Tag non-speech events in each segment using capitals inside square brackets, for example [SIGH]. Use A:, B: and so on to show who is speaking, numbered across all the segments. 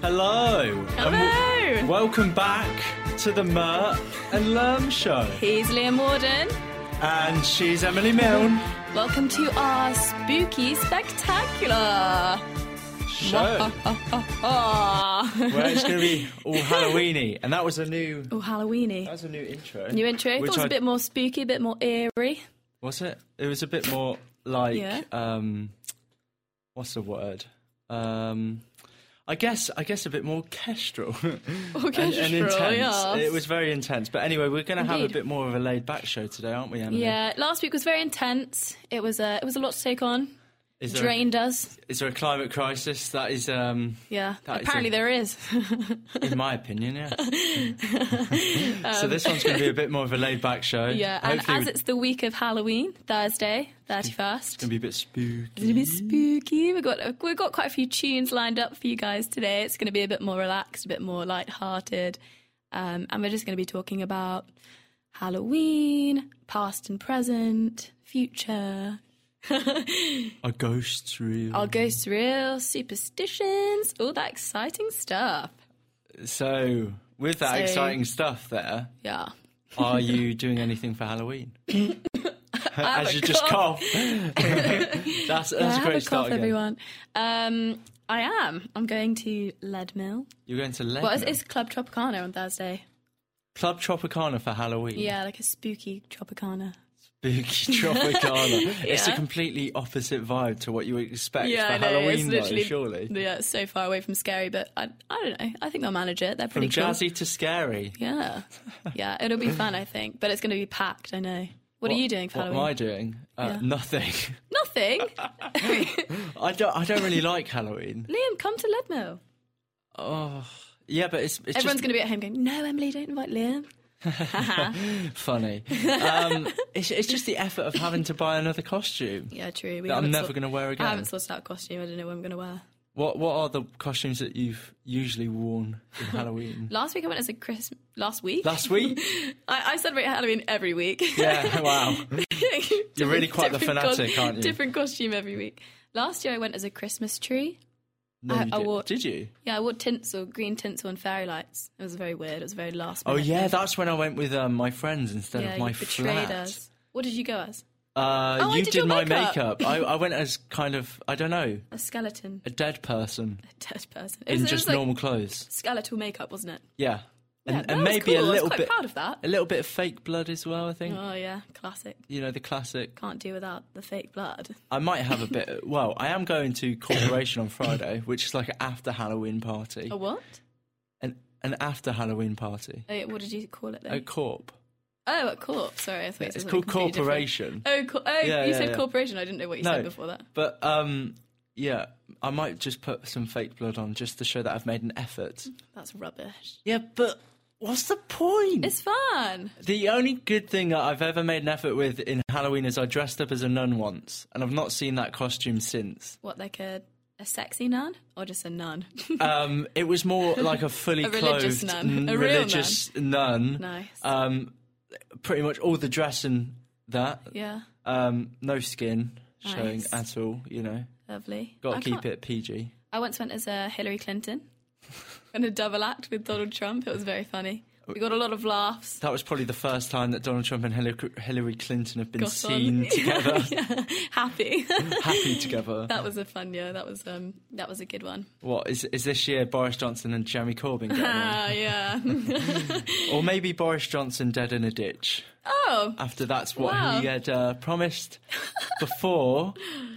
A: Hello. And
B: Hello.
A: welcome back to the Mert and Lerm show.
B: Here's Liam Warden.
A: And she's Emily
B: [LAUGHS]
A: Milne.
B: Welcome to our spooky spectacular.
A: Show.
B: Oh,
A: Where it's going to be
B: [LAUGHS]
A: all Halloweeny, and that was a new
B: oh
A: that
B: Halloweeny.
A: was a new intro.
B: New intro. Thought it
A: Which
B: was a
A: I-
B: bit more spooky, a bit more eerie.
A: Was it? It was a bit more like
B: Yeah.
A: um, what's the word? Um, I guess I guess a bit more kestrel [LAUGHS] and,
B: Oh,
A: and
B: Orchestral,
A: intense.
B: yes.
A: It was very intense. But anyway, we're going to have a
B: Indeed.
A: bit more of a laid back show today, aren't we, Emily?
B: Yeah, last week was very intense. It was uh, it was a lot to take on.
A: Is there,
B: Drained us.
A: is there a climate crisis? That is, um,
B: Yeah.
A: That is
B: Apparently
A: a- [LAUGHS]
B: there is.
A: in my opinion, yeah.
B: [LAUGHS]
A: so this one's going to be a bit more of a laid back show.
B: yeah. And
A: Hopefully
B: as
A: it's
B: it's the week of Halloween, Thursday, thirty first.
A: going to be a bit spooky.
B: It's gonna be spooky. We've got we've got quite a few tunes lined up for you guys today. It's gonna be a bit more relaxed, a bit more light-hearted, um, and we're just gonna be talking about Halloween, past and present, future,
A: Our ghosts real.
B: our ghosts, real superstitions, all that exciting stuff.
A: So, with that
B: So-
A: exciting stuff there,
B: Yeah.
A: are you doing anything for
B: [COUGHS]
A: Halloween? As
B: a
A: you just
B: cough.
A: cough.
B: [LAUGHS]
A: that's that's a
B: I
A: great
B: have a
A: start.
B: cough,
A: again.
B: everyone. Um, I am. I'm going to Leadmill.
A: You're going to Leadmill.
B: Well, it's, it's Club Tropicana on Thursday.
A: Club Tropicana for Halloween.
B: Yeah, like a spooky Tropicana.
A: Spooky Tropicana. It's a
B: [LAUGHS] Yeah.
A: completely opposite vibe to what you would expect
B: Yeah,
A: for
B: I know, it's
A: Halloween, though,
B: literally-
A: surely.
B: Yeah, it's so far away from scary, but I, I don't know. I think they'll manage it. They're
A: From
B: pretty cool.
A: jazzy to scary.
B: Yeah, yeah, it'll be fun, I think. But it's going to be packed. I know. What, are you doing for
A: what
B: Halloween?
A: am I doing? Uh,
B: Yeah.
A: Nothing. [LAUGHS]
B: Nothing.
A: I don't. I don't really like
B: [LAUGHS]
A: Halloween.
B: Liam, come to Leadmill.
A: Oh, yeah, but it's it's just
B: Everyone's going to be at home going, "No, Emily, don't invite Liam." [LAUGHS]
A: funny. Um, it's it's just the effort of having to buy another costume.
B: Yeah, true.
A: That
B: We
A: I'm
B: haven't
A: never
B: sort-
A: gonna wear again.
B: I haven't sorted out a costume. I don't know what I'm going to wear.
A: What what are the costumes that you've usually worn
B: [LAUGHS]
A: in Halloween?
B: Last week I went as a Christmas. Last week.
A: Last week?
B: [LAUGHS] I, I celebrate Halloween every week.
A: Yeah,
B: [LAUGHS]
A: wow.
B: Different-
A: really quite the
B: different cos-
A: fanatic, aren't you?
B: Different costume every week. Last year I went as a Christmas tree.
A: No,
B: I-
A: you
B: I
A: did.
B: wore-
A: did you?
B: Yeah, I wore tinsel, green tinsel, and fairy lights. It was very weird. It was very last
A: Oh
B: minute.
A: yeah, that's when I went with um, my friends instead
B: yeah,
A: of my
B: you betrayed
A: flat.
B: us. What did you go as?
A: Uh,
B: Oh, I
A: you
B: did
A: did,
B: your
A: my
B: makeup.
A: makeup. I, I
B: [LAUGHS]
A: went as kind of I don't know
B: A skeleton,
A: a dead person
B: a dead person. It
A: in
B: was, it was
A: just
B: like
A: normal clothes.
B: skeletal makeup, wasn't it?
A: Yeah, and,
B: Yeah, that
A: and
B: was
A: maybe
B: cool.
A: a
B: I was
A: little
B: quite
A: bit
B: proud of that.
A: a little bit of fake blood as well. I think
B: Oh yeah, classic.
A: you know the classic.
B: Can't do without the
A: [LAUGHS]
B: fake blood.
A: I might have a bit. Well, I am going to corporation on Friday, which is like an after Halloween party.
B: A what?
A: An an after Halloween party.
B: Oh, yeah, what did you call it then?
A: A corp.
B: Oh, a corp. Sorry, I thought it
A: It's
B: was
A: called
B: something completely
A: corporation.
B: different. Oh, co- oh
A: Yeah,
B: you
A: yeah,
B: said
A: yeah.
B: corporation. I didn't know what you
A: No,
B: said before that.
A: but um, yeah, I might just put some fake blood on just to show that I've made an effort.
B: That's rubbish.
A: Yeah, but what's the point?
B: It's fun.
A: The only good thing that I've ever made an effort with in Halloween is I dressed up as a nun once, and I've not seen that costume since.
B: What like a a sexy nun or just a nun? [LAUGHS]
A: Um, it was more like a fully
B: A religious
A: clothed
B: nun.
A: n-
B: A real
A: religious nun.
B: nice.
A: Um, pretty much all the dress and that.
B: yeah.
A: Um, no skin showing
B: Nice.
A: at all. You know,
B: Lovely.
A: got
B: I
A: to keep
B: can't-
A: it PG.
B: I once went as a Hillary Clinton [LAUGHS] in a double act with Donald Trump. It was very funny. We got a lot of laughs. [LAUGHS]
A: That was probably the first time that Donald Trump and Hillary- Hillary Clinton have been
B: Got
A: seen
B: on.
A: together,
B: [LAUGHS] Yeah, happy. [LAUGHS]
A: happy together.
B: that was a fun year. That was um that was a good one.
A: What is is this year Boris Johnson and Jeremy Corbyn getting
B: [LAUGHS]
A: on?
B: Ah, yeah. [LAUGHS]
A: Or maybe Boris Johnson dead in a ditch.
B: oh,
A: After that's what
B: Wow.
A: he had uh,
B: [LAUGHS]
A: promised before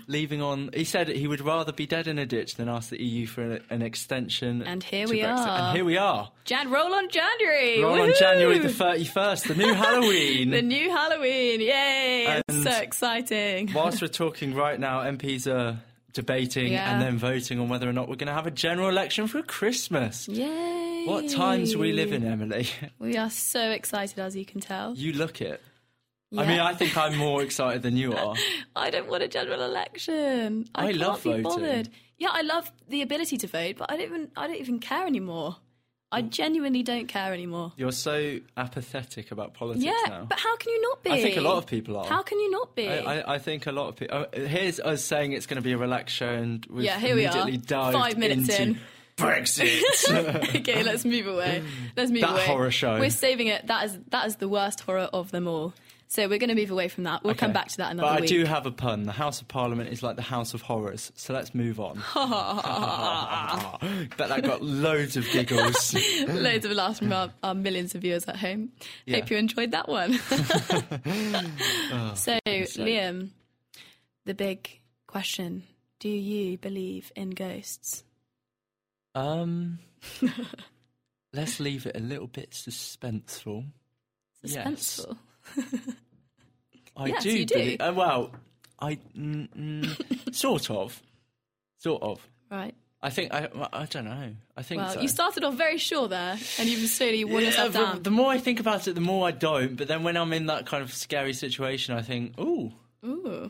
A: leaving on. He said he would rather be dead in a ditch than ask the EU for an, an extension.
B: And here
A: to
B: we
A: Brexit.
B: are.
A: And here we are.
B: Jan, roll on January.
A: Roll on
B: Woohoo!
A: January the 31st, the
B: [LAUGHS]
A: new Halloween.
B: The new Halloween. Yay! it's
A: And-
B: so exciting.
A: Whilst we're talking right now, MPs are debating
B: Yeah.
A: and then voting on whether or not we're going to have a general election for Christmas.
B: Yay!
A: What times we live in, Emily? [LAUGHS]
B: We are so excited, as you can tell.
A: You look it. I
B: Yeah.
A: mean, I think I'm more excited than
B: [LAUGHS]
A: you are.
B: I don't want a general election. I,
A: I
B: can't
A: love
B: be
A: voting.
B: bothered. Yeah, I love the ability to vote, but I don't even I don't even care anymore.
A: Hmm.
B: I genuinely don't care anymore.
A: You're so apathetic about politics
B: Yeah,
A: now.
B: but how can you not be?
A: I think a lot of people are.
B: How can you not be?
A: I,
B: [LAUGHS]
A: I, I think a lot of people. Oh, here's us saying it's going to be a relaxed show, and we've
B: yeah, here we are.
A: immediately dived
B: Five minutes
A: into
B: in.
A: Brexit.
B: okay, let's move away. Let's move
A: That
B: away.
A: horror show.
B: We're saving it. That is that is the worst horror of them all. So we're going to move away from that. We'll [LAUGHS] come
A: Okay.
B: back to that another
A: But I
B: week.
A: do have a pun. The House of Parliament is like the House of Horrors. So let's move
B: [LAUGHS]
A: on. Bet that got loads of
B: [LAUGHS]
A: giggles.
B: Loads of laughs from our, our millions of viewers at home.
A: Yeah. Oh,
B: Hope you enjoyed
A: [LAUGHS]
B: that one. [LAUGHS] so,
A: sake.
B: Liam, the big question Do you believe
A: [LAUGHS]
B: in ghosts?
A: um, let's leave it a little bit suspenseful. Yes.
B: Suspenseful.
A: I
B: Yes,
A: do.
B: you do.
A: belie- uh, well, I mm,
B: [LAUGHS]
A: mm, sort of, sort of.
B: Right.
A: I think I. I don't know. I think
B: Well,
A: so.
B: you started off very sure there, and you've slowly worn
A: Yeah,
B: yourself
A: the-
B: down.
A: The more I think about it, the more I don't. But then when I'm in that kind of scary situation, I think, ooh. [COUGHS]
B: Ooh.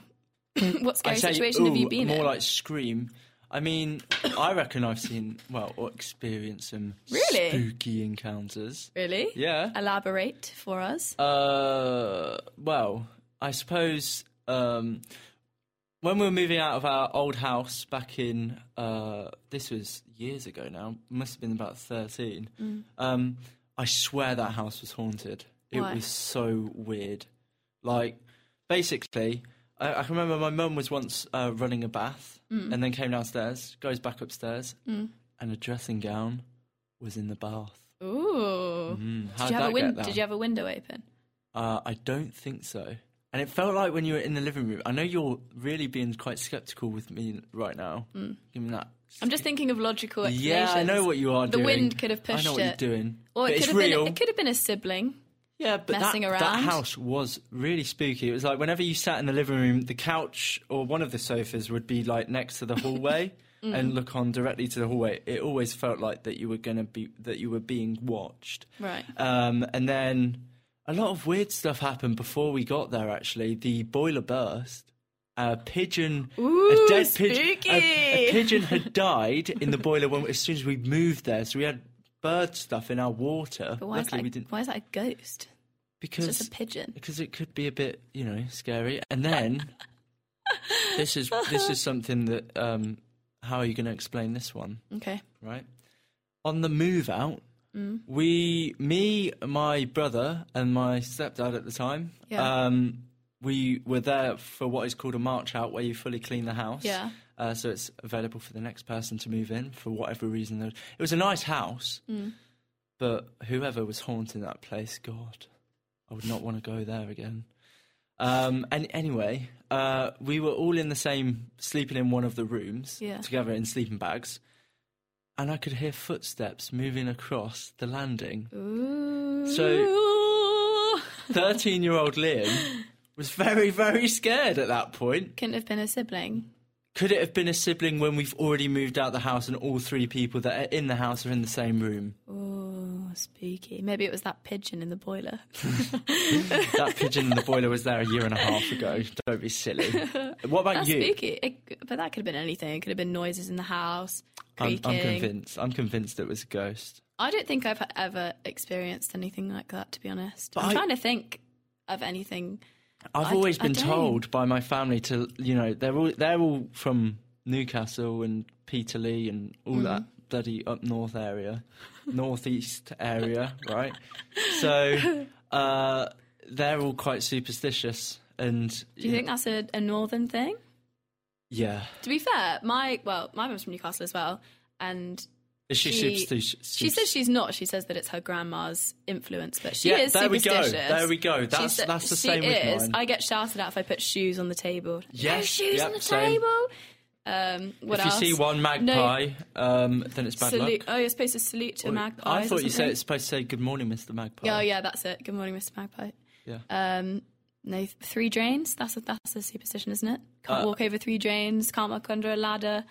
B: what
A: I
B: scary
A: say,
B: situation have
A: "Ooh,"
B: you been
A: more
B: in?
A: like scream. I mean, I reckon I've seen, well, or experienced some
B: Really?
A: spooky encounters.
B: really?
A: Yeah.
B: Elaborate for us.
A: Uh, well, I suppose um, when we were moving out of our old house back in, uh, this was years ago now, must have been about 13.
B: Mm.
A: Um, I swear that house was haunted. It
B: Why?
A: was so weird. Like, basically, I, I can remember my mum was once uh, running a bath
B: Mm.
A: and then came downstairs, goes back upstairs, and a dressing gown was in the bath. Mm,
B: Ooh. Did,
A: Mm-hmm. how'd
B: you have a
A: that get
B: win-
A: there?
B: did you have a window open?
A: Uh, I don't think so. And it felt like when you were in the living room. I know you're really being quite skeptical with me right now. Mm. Give me that.
B: I'm just thinking of logical
A: Yeah,
B: explanations.
A: I know what you are
B: The
A: doing.
B: wind could have
A: I
B: pushed
A: know what
B: it.
A: you're doing.
B: Or
A: but
B: it could
A: it's
B: have
A: real.
B: been. It could have been a sibling.
A: yeah, but
B: messing
A: that,
B: around.
A: that house was really spooky. It was like whenever you sat in the living room, the couch or one of the sofas would be like next to the
B: [LAUGHS]
A: hallway
B: Mm.
A: and look on directly to the hallway. It always felt like that you were going to be that you were being watched.
B: Right.
A: Um, and then a lot of weird stuff happened before we got there. Actually, the boiler burst. A pigeon,
B: Ooh,
A: a dead pigeon, a,
B: spooky.
A: a pigeon
B: [LAUGHS]
A: had died in the boiler when as soon as we moved there. So we had bird stuff in our water.
B: But why is,
A: Luckily,
B: that,
A: we didn't
B: why is that a ghost?
A: because
B: It's just a pigeon.
A: because it could be a bit, you know, scary. And
B: [LAUGHS]
A: then this is this is something that um, how are you going to explain this one?
B: Okay.
A: right? On the move out,
B: Mm.
A: we, me, my brother, and my stepdad at the time,
B: Yeah.
A: um, we were there for what is called a march out, where you fully clean the house.
B: Yeah.
A: Uh, so it's available for the next person to move in for whatever reason. It was a nice house, but whoever was haunting that place, God, I would not want to go there again. Um, and anyway, uh, we were all in the same, sleeping in one of the rooms
B: Yeah.
A: together in sleeping bags and I could hear footsteps moving across the landing.
B: Ooh.
A: Thirteen-year-old Liam was very, very scared at that point.
B: couldn't have been a sibling.
A: Could it have been a sibling when we've already moved out the house and all three people that are in the house are in the same room?
B: Ooh, Oh, spooky. Maybe it was that pigeon in the boiler.
A: That pigeon in the boiler was there a year and a half ago. Don't be silly.
B: [LAUGHS]
A: What about
B: That's
A: you?
B: spooky. It, but that could have been anything. It could have been noises in the house,
A: I'm,
B: creaking.
A: I'm convinced. I'm convinced it was a ghost.
B: I don't think I've ever experienced anything like that, to be honest. I'm
A: I-
B: trying to think of anything.
A: I've
B: I-
A: always
B: I
A: been
B: don't.
A: told by my family to, you know, they're all they're all from Newcastle and Peterlee and all
B: Mm-hmm.
A: that bloody up north area, northeast area, right?
B: [LAUGHS]
A: So uh, they're all quite superstitious, and
B: Do you think that's a, a northern thing?
A: yeah,
B: To be fair, my well, my mum's from Newcastle as well, and
A: is she,
B: She-
A: superstitious?
B: she says she's not. She says that it's her grandma's influence, but she
A: Yeah,
B: is
A: there we go.
B: superstitious.
A: There we go.
B: She
A: That's-
B: sa-
A: that's the
B: she
A: same with
B: is.
A: mine.
B: I get shouted at if I put shoes on the table. no
A: Yes,
B: shoes on
A: yep,
B: the
A: same.
B: table. Um, what
A: if you
B: else?
A: see one magpie, um, then it's bad
B: salute.
A: luck.
B: Oh, you're supposed to salute to a magpie.
A: I thought you said
B: something.
A: it's supposed to say good morning, Mr. Magpie.
B: Oh yeah, that's it. Good morning, Mr. Magpie.
A: Yeah.
B: Um, no, th- three drains. That's a, that's a superstition, isn't it? Can't
A: Uh,
B: walk over three drains. Can't walk under a ladder.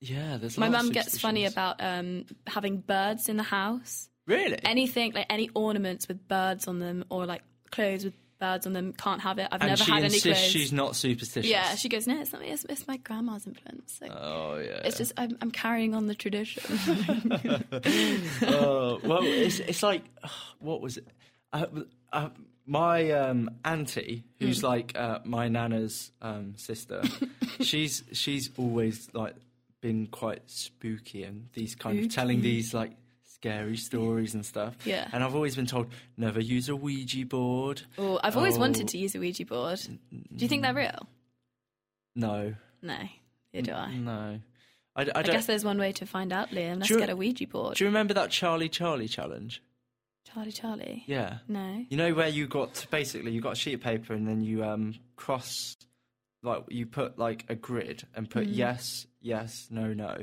A: yeah. There's
B: My
A: a lot of
B: mum gets funny
A: oh, superstitions.
B: about um, having birds in the house.
A: really.
B: Anything like any ornaments with birds on them or like clothes with birds on them can't have it. I've
A: and
B: never
A: she
B: had any clothes.
A: insists she's not superstitious.
B: yeah, she goes, no, it's not me. It's, it's my grandma's influence. Like,
A: Oh yeah.
B: it's just I'm, I'm carrying on
A: [LAUGHS]
B: the tradition. [LAUGHS]
A: Oh, well, it's it's like [SIGHS] what was it? Uh, uh, my um, auntie, who's
B: Hmm. [LAUGHS]
A: like uh, my nana's um, sister, she's she's always like been quite spooky and these kind of telling these like scary stories and stuff.
B: Yeah.
A: And I've always been told never use a Ouija board.
B: Oh, I've always wanted
A: Oh.
B: to use a Ouija board. Do you think they're real?
A: No.
B: No, neither do I.
A: No. I, I don't.
B: I guess there's one way to find out, Liam. Let's
A: Do you-
B: get a Ouija board.
A: Do you remember that Charlie Charlie challenge?
B: Charlie, Charlie.
A: Yeah.
B: No.
A: You know where you got to- basically you got a sheet of paper and then you um cross like you put like a grid and put
B: Mm-hmm.
A: yes, yes, no, no.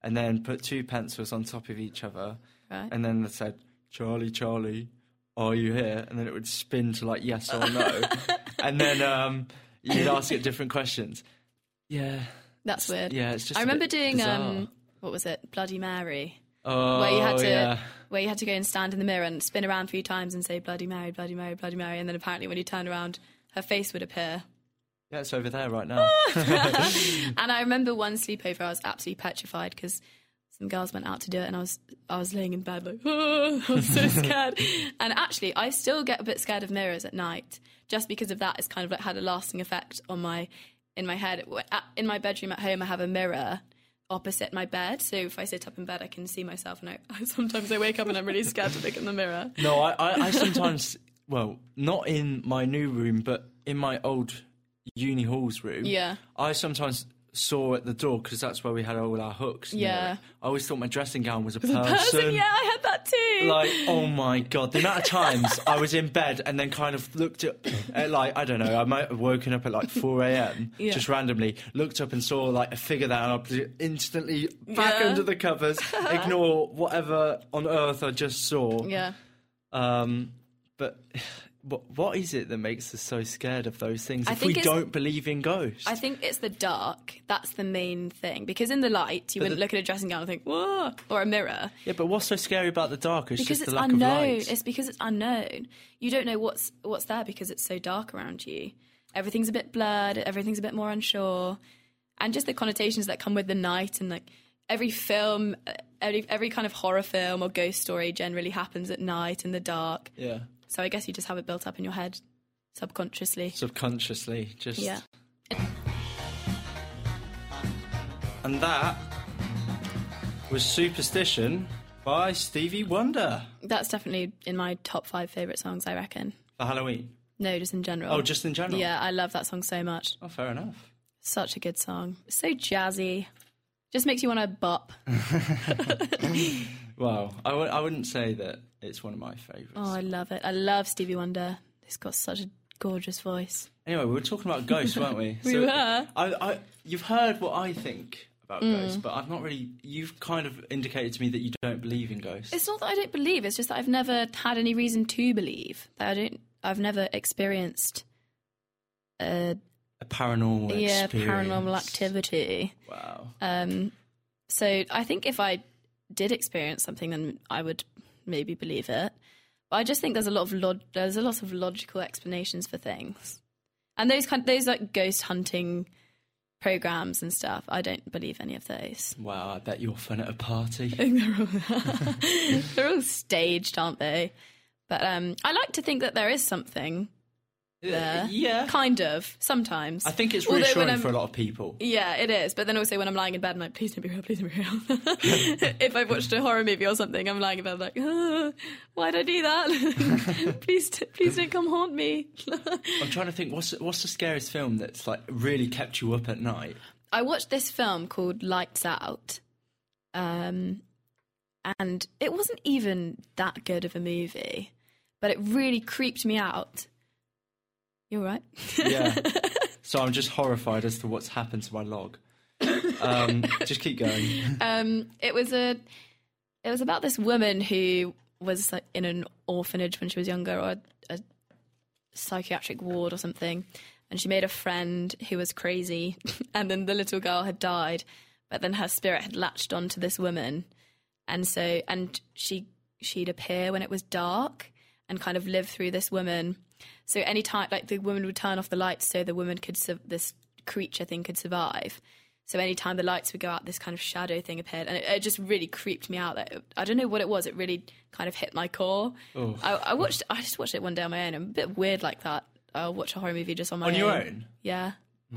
A: And then put two pencils on top of each other
B: Right.
A: and then they said, Charlie, Charlie, are you here? And then it would spin to like yes or
B: [LAUGHS]
A: no. and then um you'd ask it different questions. Yeah.
B: That's weird.
A: Yeah, it's just
B: I
A: a
B: remember
A: bit
B: doing um
A: bizarre.
B: what was it? Bloody Mary.
A: Oh,
B: Where you had to
A: yeah.
B: where you had to go and stand in the mirror and spin around a few times and say Bloody Mary, Bloody Mary, Bloody Mary, and then apparently when you turned around her face would appear.
A: Yeah, it's over there right now.
B: Ah! And I remember one sleepover I was absolutely petrified because some girls went out to do it and I was I was laying in bed like [LAUGHS] oh, I was so scared. and actually I still get a bit scared of mirrors at night just because of that. It's kind of like had a lasting effect on my in my head. At- In my bedroom at home I have a mirror opposite my bed so if I sit up in bed I can see myself and I, [LAUGHS] sometimes I wake up and I'm really scared to look in the mirror.
A: No, I, I, I sometimes, well, not in my new room, but in my old uni halls room.
B: Yeah.
A: I sometimes saw at the door because that's where we had all our hooks. near
B: Yeah.
A: it. I always thought my dressing gown was a
B: Person,
A: person.
B: yeah, I had that too.
A: Um, Like, oh my god, the amount of times I was in bed and then kind of looked up at, like, I don't know, I might have woken up at like 4 a.m.
B: [LAUGHS] Yeah.
A: just randomly, looked up and saw like a figure there, and I instantly back
B: Yeah.
A: under the
B: [LAUGHS]
A: covers, ignore whatever on earth I just saw.
B: yeah.
A: Um, but [SIGHS] what what is it that makes us so scared of those things
B: I
A: if we
B: think it's-
A: don't believe in ghosts?
B: I think it's the dark. That's the main thing. Because in the light, you wouldn't
A: the-
B: look at a dressing gown and think, whoa, or a mirror.
A: yeah, but what's so scary about the dark? It's
B: Because
A: just
B: it's
A: the lack
B: unknown.
A: of light.
B: It's because it's unknown. You don't know what's what's there because it's so dark around you. Everything's a bit blurred. Everything's a bit more unsure, and just the connotations that come with the night and like every film, uh, every every kind of horror film or ghost story generally happens at night in the dark.
A: yeah,
B: So I guess you just have it built up in your head subconsciously.
A: subconsciously, just
B: Yeah.
A: And that was Superstition by Stevie Wonder
B: That's definitely in my top five favorite songs. I reckon.
A: for Halloween.
B: No, just in general.
A: Oh, just in general.
B: Yeah, I love that song so much.
A: Oh, fair enough.
B: Such a good song. So jazzy. Just makes you want to bop.
A: Well, I w- I wouldn't say that it's one of my favourites.
B: Oh, I love it. I love Stevie Wonder. He's got such a gorgeous voice.
A: Anyway, we were talking about ghosts, weren't we?
B: [LAUGHS] We were.
A: I, I, you've heard what I think about
B: Mm.
A: ghosts, but I've not really. You've kind of indicated to me that you don't believe in ghosts.
B: It's not that I don't believe, it's just that I've never had any reason to believe. That I don't I've never experienced a
A: a paranormal
B: yeah,
A: experience.
B: paranormal activity.
A: Wow.
B: Um so I think if I did experience something then I would maybe believe it. But I just think there's a lot of log- there's a lot of logical explanations for things, and those kind those like ghost hunting programs and stuff. I don't believe any of those. [LAUGHS]
A: Wow, I bet you're fun at a party.
B: They're all, they're all staged, aren't they? But um, I like to think that there is something there.
A: Uh, Yeah.
B: kind of sometimes.
A: I think it's
B: Although when
A: reassuring
B: I'm-
A: for a lot of people.
B: Yeah, it is. But then also when I'm lying in bed, I'm like, please don't be real, please don't be real. [LAUGHS] if I've watched a horror movie or something, I'm lying in bed like, "Ah, why'd I do that? [LAUGHS] please, t- please don't come haunt me. [LAUGHS]
A: I'm trying to think what's what's the scariest film that's like really kept you up at night?
B: I watched this film called Lights Out, um, and it wasn't even that good of a movie, but it really creeped me out. You're right. [LAUGHS]
A: Yeah. so I'm just horrified as to what's happened to my log. Um, just keep going.
B: um, it was a it was about this woman who was like, in an orphanage when she was younger or a psychiatric ward or something and she made a friend who was crazy [LAUGHS] and then the little girl had died but then her spirit had latched onto this woman and so and she she'd appear when it was dark and kind of live through this woman so any time like the woman would turn off the lights so the woman could su- this creature thing could survive so anytime the lights would go out this kind of shadow thing appeared and it, it just really creeped me out like, i don't know what it was it really kind of hit my core I, I watched i just watched it one day on my own Hmm. i'm a bit weird like that i'll watch a horror movie just on my
A: On
B: own
A: your own?
B: yeah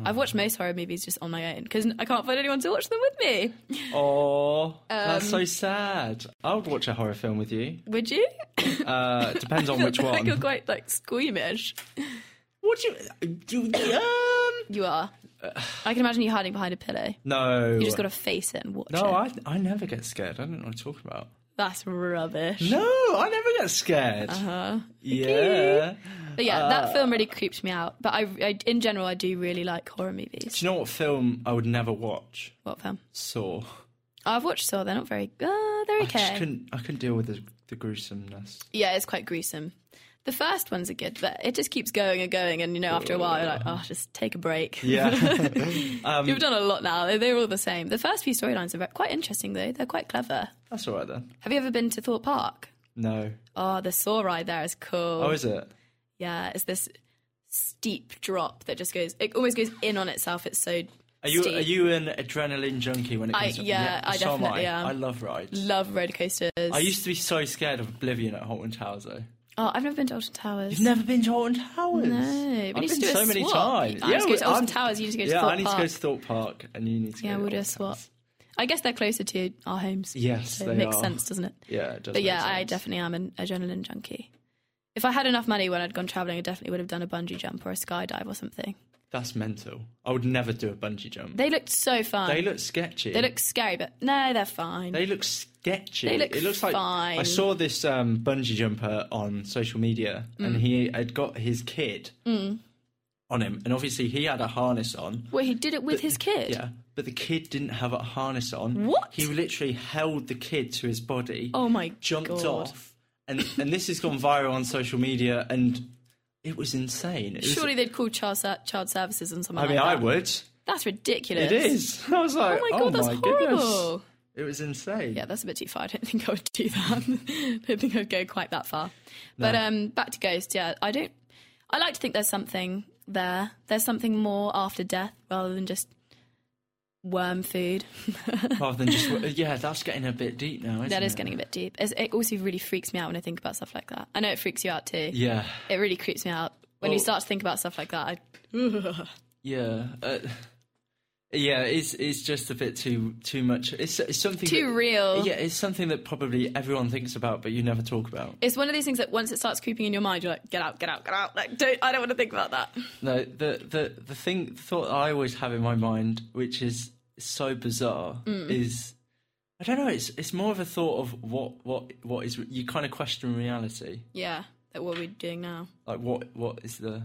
B: I've watched most horror movies just on my own because I can't find anyone to watch them with me.
A: Oh, that's
B: Um,
A: so sad. I would watch a horror film with you.
B: Would you?
A: Uh, depends on which
B: [LAUGHS] I think you're
A: one.
B: quite like squeamish.
A: What do you? you um,
B: You are. [SIGHS] I can imagine you hiding behind a pillow.
A: no.
B: You just got to face it and watch
A: no,
B: it.
A: I I never get scared. I don't know what I'm talking about.
B: That's rubbish.
A: No, I never get scared.
B: Uh-huh.
A: Yeah.
B: But yeah,
A: Ah.
B: that film really creeps me out. But I, I, in general, I do really like horror movies.
A: Do you know what film I would never watch?
B: What film?
A: Saw.
B: Oh, I've watched Saw. They're not very. Uh, they're
A: I just
B: okay.
A: couldn't. I couldn't deal with the, the gruesomeness.
B: Yeah, it's quite gruesome. The first ones are good, but it just keeps going and going, and you know, after a while, you're like, oh, just take a break.
A: Yeah.
B: [LAUGHS]
A: Um,
B: You've done a lot now. They- They're all the same. The first few storylines are quite interesting, though. They're quite clever.
A: that's all right then.
B: Have you ever been to Thorpe Park?
A: No.
B: Oh, the saw ride there is cool.
A: Oh, is it?
B: yeah, it's this steep drop that just goes. It always goes in on itself. It's so.
A: Are you
B: steep.
A: are you an adrenaline junkie when it
B: I-
A: comes to
B: yeah, I
A: so am
B: definitely
A: I.
B: am.
A: I love rides.
B: love roller coasters?
A: I used to be so scared of Oblivion at Horton Towers though.
B: Oh, I've never been to Alton Towers.
A: You've never been to Horton Towers?
B: No, we
A: I've
B: need to
A: been
B: do a
A: so many
B: swap.
A: times.
B: I need to go to Alton
A: I'm-
B: Towers, you need to go to
A: yeah,
B: Thorpe
A: I need to
B: Park.
A: go to Thorpe Park, and you need to
B: Yeah,
A: go. to
B: we'll do a
A: Alton
B: swap.
A: Towers.
B: I guess they're closer to our homes.
A: Yes,
B: so
A: they
B: it makes
A: are.
B: sense, doesn't it?
A: Yeah, it does.
B: But
A: make
B: yeah, I
A: sense.
B: definitely am an adrenaline junkie. If I had enough money when I'd gone traveling, I definitely would have done a bungee jump or a skydive or something.
A: That's mental. I would never do a bungee jump.
B: They looked so fun.
A: They look sketchy.
B: They look scary, but no, they're fine.
A: They look sketchy.
B: They look
A: it looks like I
B: fine.
A: saw this um, bungee jumper on social media, and
B: Mm.
A: he had got his kid on him, and obviously he had a harness on.
B: Well, he did it with his kid.
A: Yeah, but the kid didn't have a harness on.
B: What?
A: He literally held the kid to his body.
B: Oh my
A: Jumped
B: God.
A: off, and and this has gone viral on social media, and it was insane. It was-
B: Surely they'd call child, ser- child services and something
A: I mean,
B: like
A: I
B: that.
A: would.
B: That's ridiculous.
A: It is. [LAUGHS] I was like,
B: Oh my god, that's
A: goodness.
B: horrible.
A: It was insane.
B: Yeah, that's a bit too far. I don't think I would do that. [LAUGHS] I don't think I'd go quite that far. But um, back to Ghost, yeah, I don't. I like to think there's something there. There's something more after death rather than just worm food.
A: Rather than just yeah, that's getting a bit deep now. Isn't
B: that is
A: it?
B: getting a bit deep. It's, it also really freaks me out when I think about stuff like that. I know it freaks you out too.
A: Yeah,
B: It really creeps me out. When you
A: Well-
B: start to think about stuff like that, I,
A: yeah, uh, yeah. It's it's just a bit too too much. It's it's something
B: too
A: that-
B: real.
A: Yeah, it's something that probably everyone thinks about, but you never talk about.
B: It's one of these things that once it starts creeping in your mind, you're like, get out, get out, get out. Like, don't, I don't want to think about that.
A: No, the the the thing the thought I always have in my mind, which is so bizarre,
B: Mm.
A: is I don't know. It's it's more of a thought of what what what is you kind of question reality,
B: Yeah, like what we're doing now.
A: like what what is the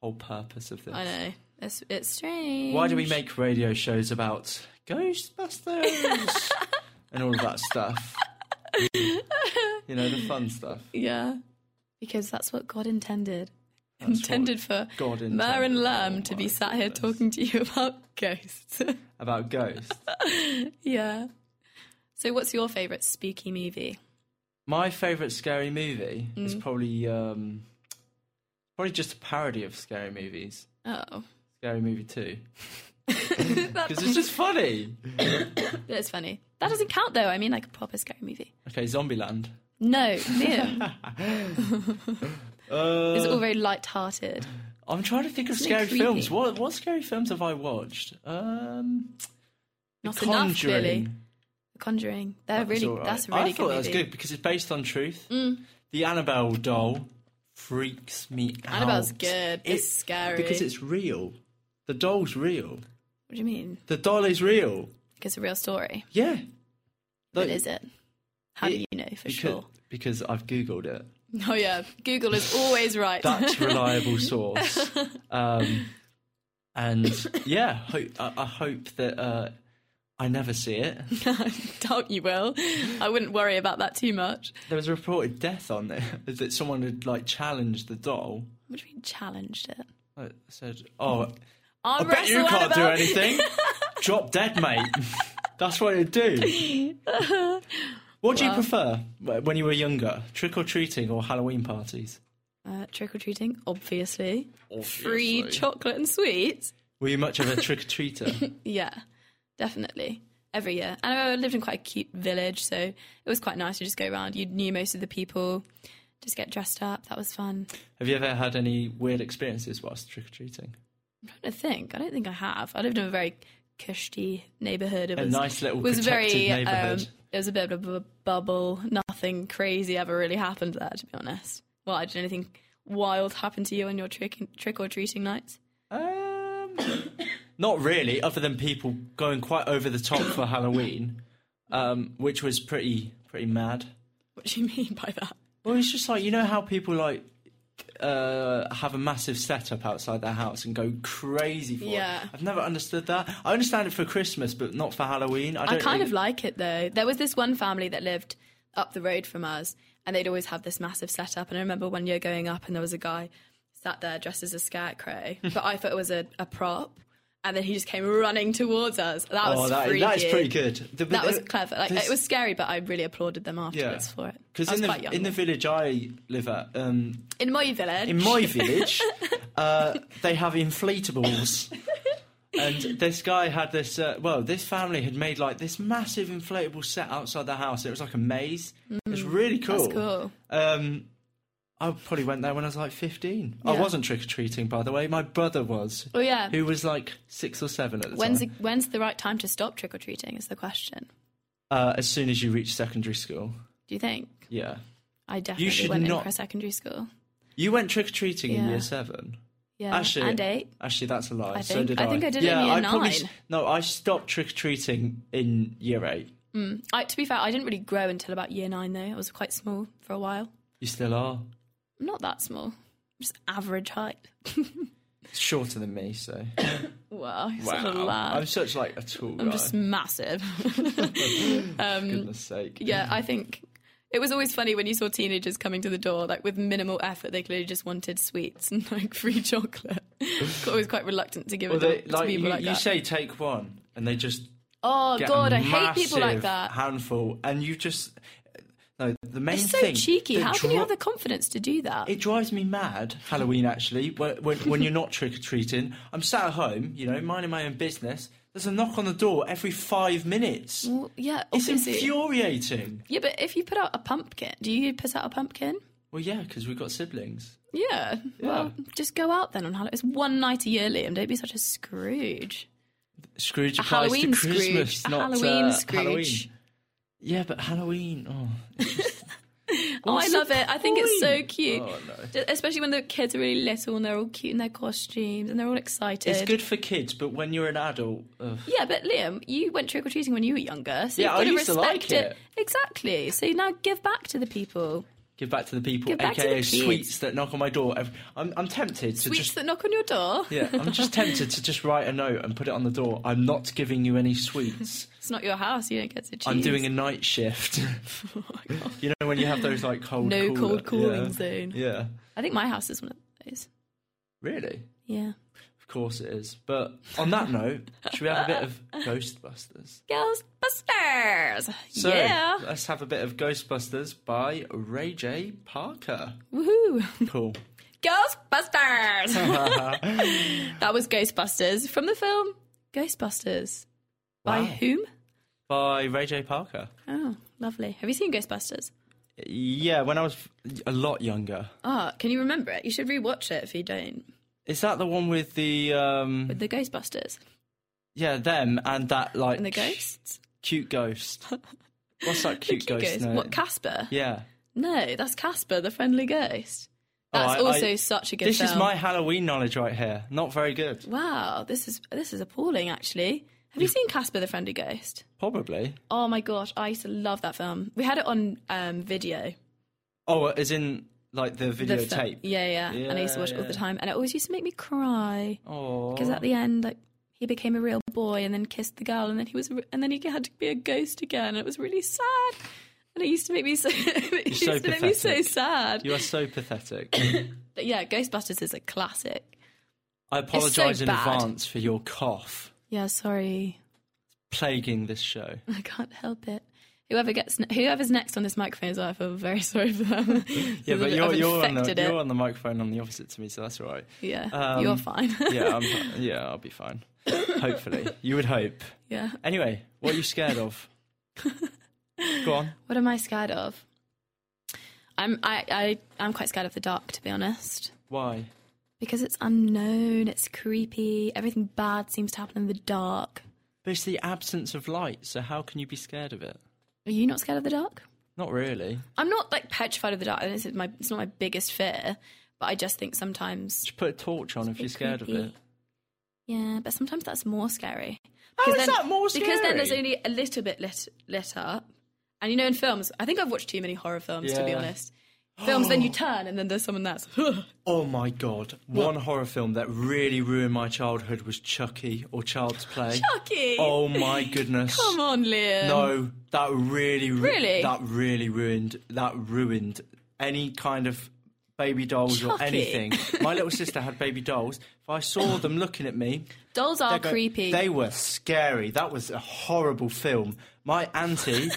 A: whole purpose of this?
B: I know. It's, it's strange.
A: Why do we make radio shows about
B: [LAUGHS]
A: Ghostbusters and all of that stuff? you know, the fun stuff.
B: Yeah. Because that's what God intended.
A: That's
B: intended for
A: God intended.
B: Mare and Lamb
A: Oh
B: to
A: my
B: be sat here talking to you [LAUGHS] about ghosts. [LAUGHS]
A: what- About ghosts.
B: yeah. So, what's your favourite spooky movie?
A: My favourite scary movie
B: Mm.
A: is probably um, probably just a parody of scary movies.
B: Oh, [LAUGHS]
A: Scary Movie 2.
B: that,
A: Because it's just
B: [LAUGHS]
A: funny.
B: that's funny. That doesn't count though. I mean, like a proper scary movie.
A: Okay, Zombieland. [LAUGHS]
B: No, Liam.
A: Uh,
B: it's all very light-hearted.
A: I'm trying to think of
B: Isn't it
A: scary
B: creepy?
A: films. What what scary films have I watched? Um,
B: Not enough,
A: Conjuring.
B: really. The Conjuring. They're
A: That was
B: really.
A: all right.
B: That's a really
A: I thought
B: good
A: that was
B: movie. Mm.
A: good because it's based on truth. The Annabelle doll freaks me out.
B: Annabelle's good. It's
A: It-
B: scary.
A: because it's real. The doll's real.
B: What do you mean?
A: The doll is real.
B: It's a real story.
A: Yeah.
B: What is it? How do
A: it-
B: you know for
A: Because,
B: sure?
A: because I've googled it.
B: Oh yeah, Google is always right.
A: That's
B: [LAUGHS]
A: reliable source. Um, and yeah, hope, I, I hope that uh, I never see it.
B: I doubt you will. I wouldn't worry about that too much.
A: There was a reported death on there [LAUGHS] that someone had like challenged the doll.
B: What do you mean challenged it?
A: Like, said, "Oh, I
B: Arm
A: bet you
B: wrestle
A: can't do
B: Annabelle.
A: anything.
B: [LAUGHS]
A: Drop dead, mate. [LAUGHS] That's what it'd do. What do you prefer wh- when you were younger? Trick or treating or Halloween parties?
B: Uh, trick or treating, obviously. Free chocolate and sweets.
A: Were you much of a trick or
B: [LAUGHS]
A: treater?
B: Yeah, definitely. Every year. And I lived in quite a cute village, so it was quite nice to just go around. You knew most of the people, just get dressed up. That was fun.
A: Have you ever had any weird experiences whilst trick or treating?
B: I'm trying to think. I don't think I have. I lived in a very cushy neighborhood. It
A: A
B: was,
A: nice little
B: was
A: protected
B: very. Um,
A: neighborhood.
B: it was a bit of a bubble. Nothing crazy ever really happened there, to be honest. Well, did anything wild happen to you on your trick trick or treating nights?
A: Um,
B: [COUGHS]
A: not really, other than people going quite over the top for Halloween, um, which was pretty pretty mad.
B: What do you [LAUGHS] mean by that?
A: Well, it's just like you know how people like uh, have a massive setup outside their house and go crazy for
B: Yeah.
A: it. I've never understood that. I understand it for Christmas, but not for Halloween. I,
B: I
A: don't
B: kind
A: really-
B: of like it though. There was this one family that lived up the road from us, and they'd always have this massive setup. And I remember one year going up, and there was a guy sat there dressed as
A: [LAUGHS]
B: a scarecrow, but I thought it was a, a prop. And then he just came running towards us. That
A: Oh,
B: was
A: that,
B: freaky.
A: that is pretty good. The-
B: That was
A: the-
B: clever. Like
A: this-
B: it was scary, but I really applauded them afterwards for it. I
A: Because
B: was
A: in
B: quite
A: the
B: young.
A: in the village I live at, um,
B: in my village,
A: in
B: [LAUGHS]
A: my village, uh, they have inflatables. And this guy had this. Uh, well, this family had made like this massive inflatable set outside their house. It was like a maze. it was really cool.
B: Mm, that's cool.
A: Um, I probably went there when I was like fifteen. I
B: Yeah.
A: wasn't trick or treating, by the way. My brother was,
B: Oh yeah.
A: who was like six or seven at the
B: When's the,
A: time.
B: when's the right time to stop trick or treating? Is the question.
A: Uh, as soon as you reach secondary school,
B: Do you think?
A: yeah.
B: I definitely
A: should
B: went in
A: not-
B: for secondary school.
A: You went trick or treating in
B: Yeah.
A: year seven.
B: Yeah,
A: Actually,
B: and eight.
A: Actually, that's a lie.
B: I
A: so
B: think-
A: did
B: I
A: I.
B: think I did it
A: yeah,
B: in year
A: I probably
B: nine.
A: s- no, I stopped trick or treating in year eight.
B: I, to be fair, I didn't really grow until about year nine, though. I was quite small for a while.
A: You still are.
B: I'm not that small, I'm just average height.
A: It's shorter than me,
B: [LAUGHS]
A: so.
B: Wow, you're such a lad.
A: I'm such like a tall
B: I'm
A: guy.
B: just massive. [LAUGHS]
A: for goodness sake.
B: yeah, I think it was always funny when you saw teenagers coming to the door, like with minimal effort. They clearly just wanted sweets and like free chocolate. [LAUGHS] always quite reluctant to give
A: Well,
B: it to-
A: they,
B: to
A: like,
B: people
A: you,
B: like
A: you
B: that.
A: say take one, and they just
B: oh
A: get
B: god,
A: a
B: I hate people like
A: massive
B: that.
A: handful, and you just no. The main
B: It's so
A: thing
B: cheeky.
A: that
B: How can you
A: dri-
B: have the confidence to do that?
A: It drives me mad, Halloween actually, when, when, when you're not [LAUGHS] trick or treating. I'm sat at home, you know, minding my own business. There's a knock on the door every five minutes.
B: Well, yeah,
A: It's
B: obviously.
A: infuriating.
B: yeah, but if you put out a pumpkin, do you put out a pumpkin?
A: Well, yeah, because we've got siblings.
B: Yeah. Well, just go out then on Halloween. It's one night a year, Liam. Don't be such a Scrooge.
A: Scrooge
B: A
A: applies
B: Halloween
A: to Christmas,
B: Scrooge. A
A: not
B: Halloween
A: uh,
B: Scrooge.
A: Halloween. Yeah, but Halloween. Oh, it's just-
B: [LAUGHS] Oh, I
A: What's the
B: love it. I think it's so
A: point?
B: cute.
A: [LAUGHS] Oh, no.
B: Ju- Especially when the kids are really little and they're all cute in their costumes and they're all excited.
A: It's good for kids, but when you're an adult, ugh.
B: Yeah, but Liam, you went trick or treating when you were younger, so
A: Yeah, I
B: you've got
A: used to
B: respect
A: like it.
B: Exactly. So now give back to the people.
A: give back to the people,
B: Give back to
A: aka
B: the kids.
A: sweets that knock on my door. I've- I'm, I'm tempted to
B: Sweets
A: just.
B: that knock on your door.
A: Yeah,
B: [LAUGHS]
A: I'm just tempted to just write a note and put it on the door. I'm not giving you any
B: [LAUGHS]
A: sweets.
B: It's not your house. You don't get to choose. Oh
A: I'm
B: [LAUGHS]
A: doing a night shift. [LAUGHS] you know when you have those like cold
B: no
A: cooler-
B: cold calling
A: yeah.
B: zone.
A: Yeah,
B: I think my house is one of those.
A: really.
B: Yeah.
A: Of course it is. But on that note, should we have a bit of Ghostbusters?
B: Ghostbusters.
A: So
B: [LAUGHS] yeah.
A: let's have a bit of Ghostbusters by Ray J. Parker.
B: Woohoo. [LAUGHS]
A: Cool. [LAUGHS]
B: Ghostbusters. that was Ghostbusters from the film Ghostbusters. By
A: Wow.
B: whom?
A: By Ray J. Parker.
B: Oh, lovely. Have you seen Ghostbusters?
A: Yeah, when I was a lot younger.
B: Ah, can you remember it? You should rewatch it if you don't.
A: Is that the one with the um
B: With the Ghostbusters
A: yeah, them and that like
B: and the ghosts.
A: cute
B: [LAUGHS]
A: ghost. What's that
B: The
A: cute, ghost? name?
B: What Casper?
A: yeah.
B: No, that's Casper, the friendly ghost.
A: Oh,
B: That's
A: I- I-
B: also such a good
A: This
B: film.
A: is my Halloween knowledge right here. Not very good.
B: Wow, this is this is appalling. Actually, have you seen Casper the Friendly Ghost?
A: Probably.
B: Oh my gosh, I used to love that film. We had it on um, video.
A: Oh, as in like the
B: The fil-
A: videotape.
B: Yeah, yeah, And I used to watch it all
A: Yeah.
B: the time, and it always used to make me cry
A: Oh.
B: because at the end, like he became a real boy and then kissed the girl, and then he was, and then he had to be a ghost again, and it was really sad. And it used to make me so, [LAUGHS] it used
A: so
B: to make me so
A: pathetic.
B: sad.
A: You are so pathetic.
B: [LAUGHS] But yeah, Ghostbusters is a classic.
A: I apologise in
B: bad.
A: advance for your cough
B: Yeah, sorry, [LAUGHS]
A: plaguing this show.
B: I can't help it. Whoever gets, ne- whoever's next on this microphone as well, I feel very [LAUGHS] sorry for them.
A: [LAUGHS] Yeah, but
B: I've
A: you're, you're, on the,
B: infected it.
A: you're on the microphone on the opposite to me, so that's all right.
B: yeah,
A: um,
B: you're fine. [LAUGHS]
A: Yeah, I'm, yeah, I'll be fine. Hopefully, you would hope.
B: yeah.
A: Anyway, what are you scared of? Go on.
B: What am I scared of? I'm I, I I'm quite scared of the dark, to be honest,
A: Why?
B: because it's unknown, it's creepy, everything bad seems to happen in the dark.
A: But it's the absence of light, so how can you be scared of it?
B: Are you not scared of the dark?
A: Not really.
B: I'm not like petrified of the dark. and It's my it's not my biggest fear, but I just think sometimes
A: Just put a torch on if
B: bit
A: you're scared of
B: creepy.
A: it.
B: yeah, but sometimes that's more scary.
A: How is that more
B: Because then there's
A: scary?
B: only a little bit lit lit up, and you know in films, I think I've watched too many horror films to be
A: Yeah.
B: honest. Films, then you turn and then there's someone that's [LAUGHS]
A: Oh my god. One horror film that really ruined my childhood was Chucky or Child's Play.
B: Chucky.
A: Oh my goodness.
B: Come on, Liam.
A: No, that really, ru-
B: Really?
A: that really ruined, that ruined any kind of baby dolls or
B: Chucky.
A: anything.
B: [LAUGHS]
A: My little sister had baby dolls. If I saw them looking at me,
B: dolls are
A: they'd go-
B: creepy.
A: They were scary. That was a horrible film. My
B: [LAUGHS]
A: auntie,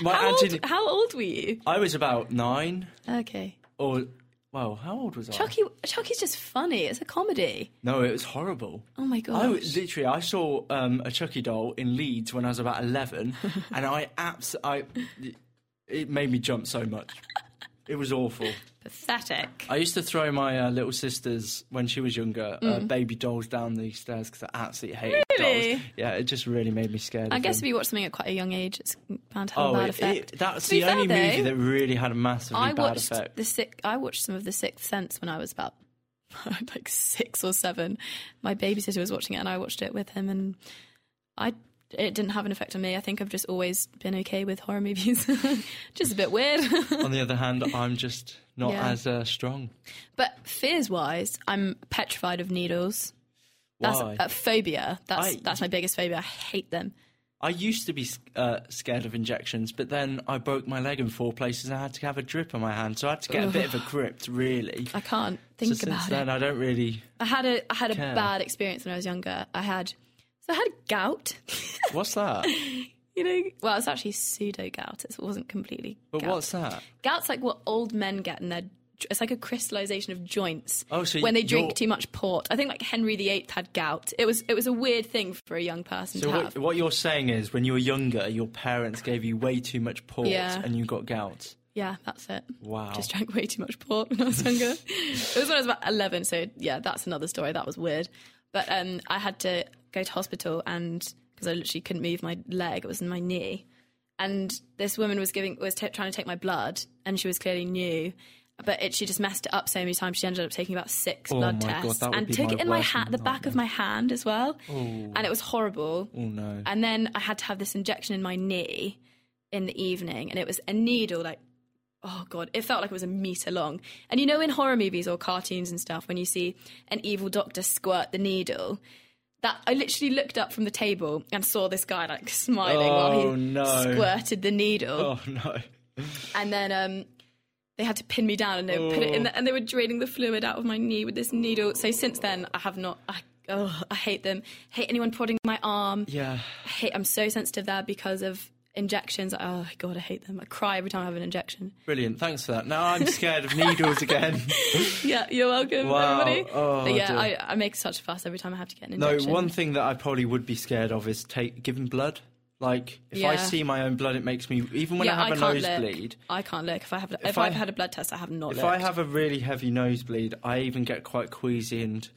A: my
B: how,
A: auntie,
B: old, how old were you?
A: I was about nine
B: Okay,
A: or. Well, how old was I?
B: Chucky. Chucky's just funny. It's a comedy.
A: No, it was horrible.
B: Oh my
A: I
B: god.
A: was- literally, I saw um, a Chucky doll in Leeds when I was about
B: [LAUGHS]
A: eleven, and I abs, I, it made me jump so much. It was awful.
B: Pathetic.
A: I used to throw my uh, little sisters when she was younger uh, baby dolls down the stairs because I absolutely hated
B: Mm. Really?
A: dolls. Yeah, it just really made me scared.
B: I
A: of
B: guess
A: them.
B: if you watch something at quite a young age, it's bound to have a
A: Oh,
B: bad
A: it,
B: effect.
A: it, that's
B: To be
A: the only
B: fair,
A: movie
B: though,
A: that really had a massively
B: I
A: bad
B: watched [LAUGHS]
A: effect.
B: the sick. I watched some of The Sixth Sense when I was about [LAUGHS] like six or seven. My babysitter was watching it, and I watched it with him, and I it didn't have an effect on me. I think I've just always been okay with horror movies, [LAUGHS] just a bit weird. [LAUGHS]
A: On the other hand, I'm just not
B: Yeah.
A: as uh, strong.
B: but fears wise, I'm petrified of needles. That's
A: Why?
B: a phobia. That's
A: I-
B: that's my biggest phobia. I hate them.
A: I used to be uh, scared of injections, but then I broke my leg in four places and I had to have a drip on my hand, so I had to get a bit of a grip, really.
B: I can't
A: So
B: think
A: since
B: about it.
A: then, I don't really.
B: I had a I had a
A: Care.
B: bad experience when I was younger. I had so I had gout. [LAUGHS]
A: What's that?
B: you know, well, it's actually pseudo gout. It wasn't completely.
A: But
B: gout.
A: what's that?
B: gout's like what old men get in their. It's like a crystallization of joints.
A: Oh, so
B: when they
A: you're-
B: drink too much port, I think like Henry VIII had gout. It was it was a weird thing for a young person
A: So
B: to
A: what,
B: have.
A: what you're saying is, when you were younger, your parents gave you way too much port
B: Yeah.
A: and you got gout.
B: Yeah, that's it.
A: Wow.
B: Just drank way too much port when I
A: [LAUGHS]
B: was younger. it was when I was about 11, so yeah, that's another story. That was weird. But um, I had to go to hospital and because I literally couldn't move my leg, it was in my knee. And this woman was giving was t- trying to take my blood, and she was clearly new, but it, she just messed it up so many times. She ended up taking about six blood
A: Oh my God,
B: tests
A: that would
B: and
A: be
B: took
A: my
B: it in my
A: worst
B: hand, the back of my hand as well, and it was horrible.
A: Oh no.
B: And then I had to have this injection in my knee in the evening, and it was a needle like, oh god, it felt like it was a meter long. And you know, in horror movies or cartoons and stuff, when you see an evil doctor squirt the needle, that I literally looked up from the table and saw this guy like smiling while
A: Oh,
B: he
A: no.
B: squirted the needle,
A: Oh no.
B: and then um. They had to pin me down and they would put it
A: Oh.
B: in, the, and they were draining the fluid out of my knee with this needle. So since then, I have not. I, oh, I hate them. Hate anyone prodding my arm
A: Yeah.
B: hate, I'm so sensitive there because of injections. Oh god, I hate them. I cry every time I have an injection. [LAUGHS]
A: Brilliant. Thanks for that. Now I'm scared of needles again.
B: Yeah, you're welcome,
A: Wow.
B: everybody.
A: Oh,
B: but yeah,
A: dear.
B: I, I make such a fuss every time I have to get an
A: No,
B: injection.
A: one thing that I probably would be scared of is take giving blood. Like if I
B: Yeah.
A: see my own blood, it makes me even when
B: yeah,
A: I have a
B: can't look.
A: nosebleed.
B: I can't look. If I have, if,
A: I-
B: I've had a blood test, I have not.
A: If
B: looked.
A: I have a really heavy nosebleed, I even get quite queasy and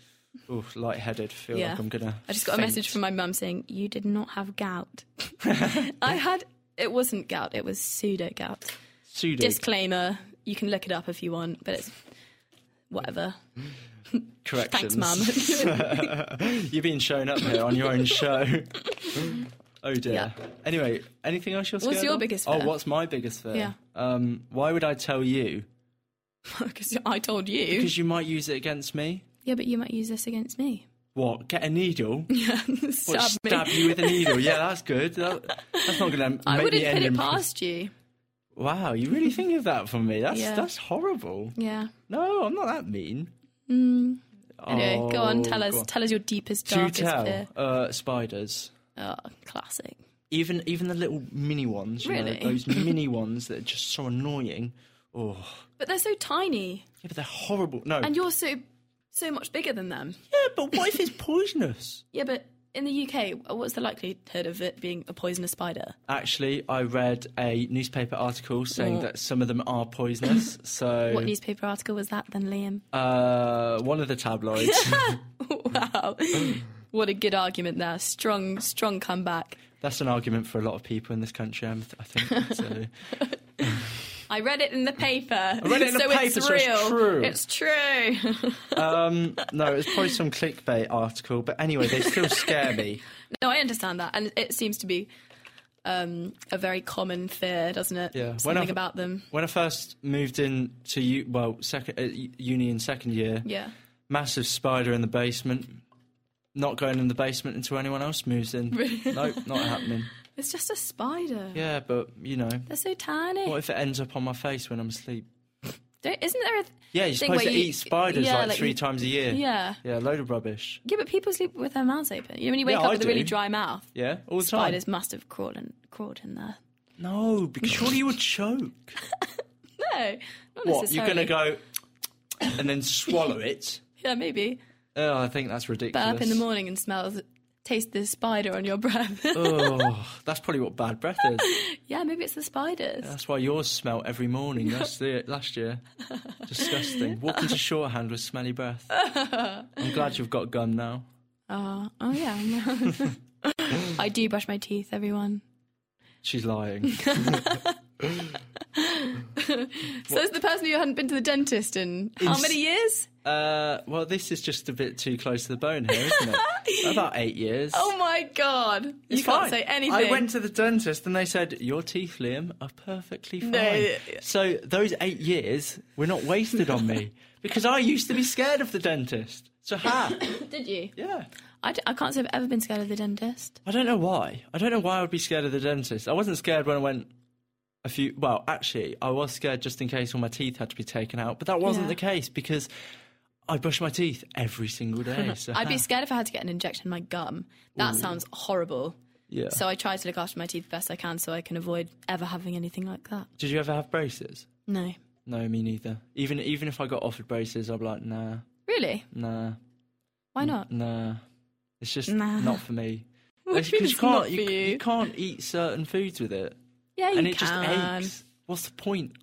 A: oh, lightheaded. Feel
B: Yeah.
A: like I'm gonna.
B: I just got a message from my mum saying you did not have gout.
A: [LAUGHS]
B: [LAUGHS] I had. It wasn't gout. It was pseudo gout.
A: pseudo.
B: Disclaimer: You can look it up if you want, but it's whatever.
A: corrections.
B: Thanks, mum.
A: You're being shown up here on your own
B: [LAUGHS]
A: show. oh dear. Anyway, anything else you're scared
B: What's your
A: of?
B: biggest
A: Oh,
B: fear?
A: what's my biggest fear?
B: Yeah.
A: Um, why would I tell you?
B: [LAUGHS] Because I told you.
A: Because you might use it against me.
B: Yeah, but you might use this against me.
A: What? Get a
B: [LAUGHS]
A: needle?
B: Yeah,
A: What,
B: stab me.
A: stab you with a needle. Yeah, that's good. That- that's not going to
B: I
A: make
B: wouldn't
A: me
B: put
A: end
B: it
A: in
B: past you.
A: Wow, you really think of that for me? That's
B: Yeah.
A: that's horrible.
B: Yeah.
A: No, I'm not that mean. Mm.
B: Anyway, go on, tell us. Tell us your deepest,
A: Do
B: darkest
A: tell.
B: fear.
A: Uh, spiders.
B: Oh, classic.
A: Even even the little mini ones. You
B: Really?
A: Know,
B: [LAUGHS]
A: those mini ones that are just so annoying. Oh,
B: But they're so tiny,
A: yeah, but they're horrible. No.
B: and you're so so much bigger than them.
A: yeah, but what if it's poisonous?
B: Yeah, but in the UK, what's the likelihood of it being a poisonous spider?
A: Actually, I read a newspaper article saying
B: Oh.
A: that some of them are
B: [LAUGHS]
A: poisonous. so,
B: What newspaper article was that then, Liam?
A: uh, one of the tabloids.
B: [LAUGHS] wow. what a good argument there. Strong, strong comeback.
A: That's an argument for a lot of people in this country, I'm- I think.
B: [LAUGHS]
A: So,
B: I read it in the paper. I
A: read it in the
B: so
A: paper,
B: it's
A: so it's
B: real.
A: true.
B: It's true.
A: um, no, it's probably some clickbait article. But anyway, they still scare me.
B: no, I understand that. And it seems to be um, a very common fear, doesn't it?
A: Yeah. When
B: Something
A: I've-
B: about them.
A: When I first moved in to you, well, second uh, uni in second year,
B: Yeah.
A: massive spider in the basement. Not going in the basement until anyone else moves in.
B: Really?
A: [LAUGHS] nope, not happening.
B: It's just a spider.
A: Yeah, but you know,
B: They're so tiny.
A: what if it ends up on my face when I'm asleep?
B: Don't, isn't there a. Th-
A: Yeah, you're
B: Thing
A: supposed to
B: where you-
A: eat spiders
B: yeah,
A: like,
B: like
A: three
B: you-
A: times a year.
B: yeah.
A: Yeah, load of rubbish.
B: Yeah, but people sleep with their mouths open. You know, when you wake
A: Yeah,
B: up
A: I
B: with a
A: do.
B: really dry mouth,
A: Yeah, all the time.
B: spiders must have crawled in, crawled in there.
A: No, because surely you would choke.
B: [LAUGHS] No, not
A: What? You're going to
B: necessarily.
A: go and then swallow
B: [LAUGHS]
A: it?
B: Yeah, maybe.
A: Oh, I think that's ridiculous.
B: Burp in the morning and smells, taste the spider on your breath.
A: [LAUGHS] oh, that's probably what bad breath is.
B: yeah, maybe it's the spiders.
A: That's why yours smelt every morning last year. Last year.
B: [LAUGHS]
A: Disgusting. Walk into shorthand with smelly breath. I'm glad you've got gum now.
B: Oh, oh yeah. [LAUGHS] I do brush my teeth, everyone.
A: She's
B: [LAUGHS]
A: lying.
B: So it's the person who hadn't been to the dentist in how
A: In-
B: many
A: [LAUGHS]
B: years?
A: Uh, well, this is just a bit too close to the bone here, isn't
B: [LAUGHS]
A: it? About eight years.
B: Oh my god!
A: It's
B: you can't
A: fine.
B: say anything.
A: I went to the dentist and they said, Your teeth, Liam, are perfectly fine.
B: yeah, yeah.
A: So those eight years were not wasted on
B: [LAUGHS]
A: me because I used to be scared of the dentist. So, ha.
B: [LAUGHS] Did you?
A: yeah.
B: I, d- I can't say I've ever been scared of the dentist.
A: I don't know why. I don't know why I would be scared of the dentist. I wasn't scared when I went a few. Well, actually, I was scared just in case all my teeth had to be taken out, but that wasn't
B: Yeah.
A: the case because I brush my teeth every single
B: [LAUGHS]
A: day. So
B: I'd be
A: ha.
B: scared if I had to get an injection in my gum. That sounds horrible.
A: [LAUGHS] Yeah.
B: So I try to look after my teeth best I can so I can avoid ever having anything like that.
A: Did you ever have braces?
B: No.
A: No, me neither. Even even if I got offered braces, I'd be like, nah,
B: Really?
A: nah,
B: Why not?
A: nah. It's just
B: Nah.
A: not for
B: [LAUGHS]
A: me.
B: What
A: It's
B: do you mean
A: 'cause
B: it's not for
A: you,
B: you?
A: you can't eat certain foods with it,
B: Yeah, you
A: and it
B: can.
A: just aches. What's the point?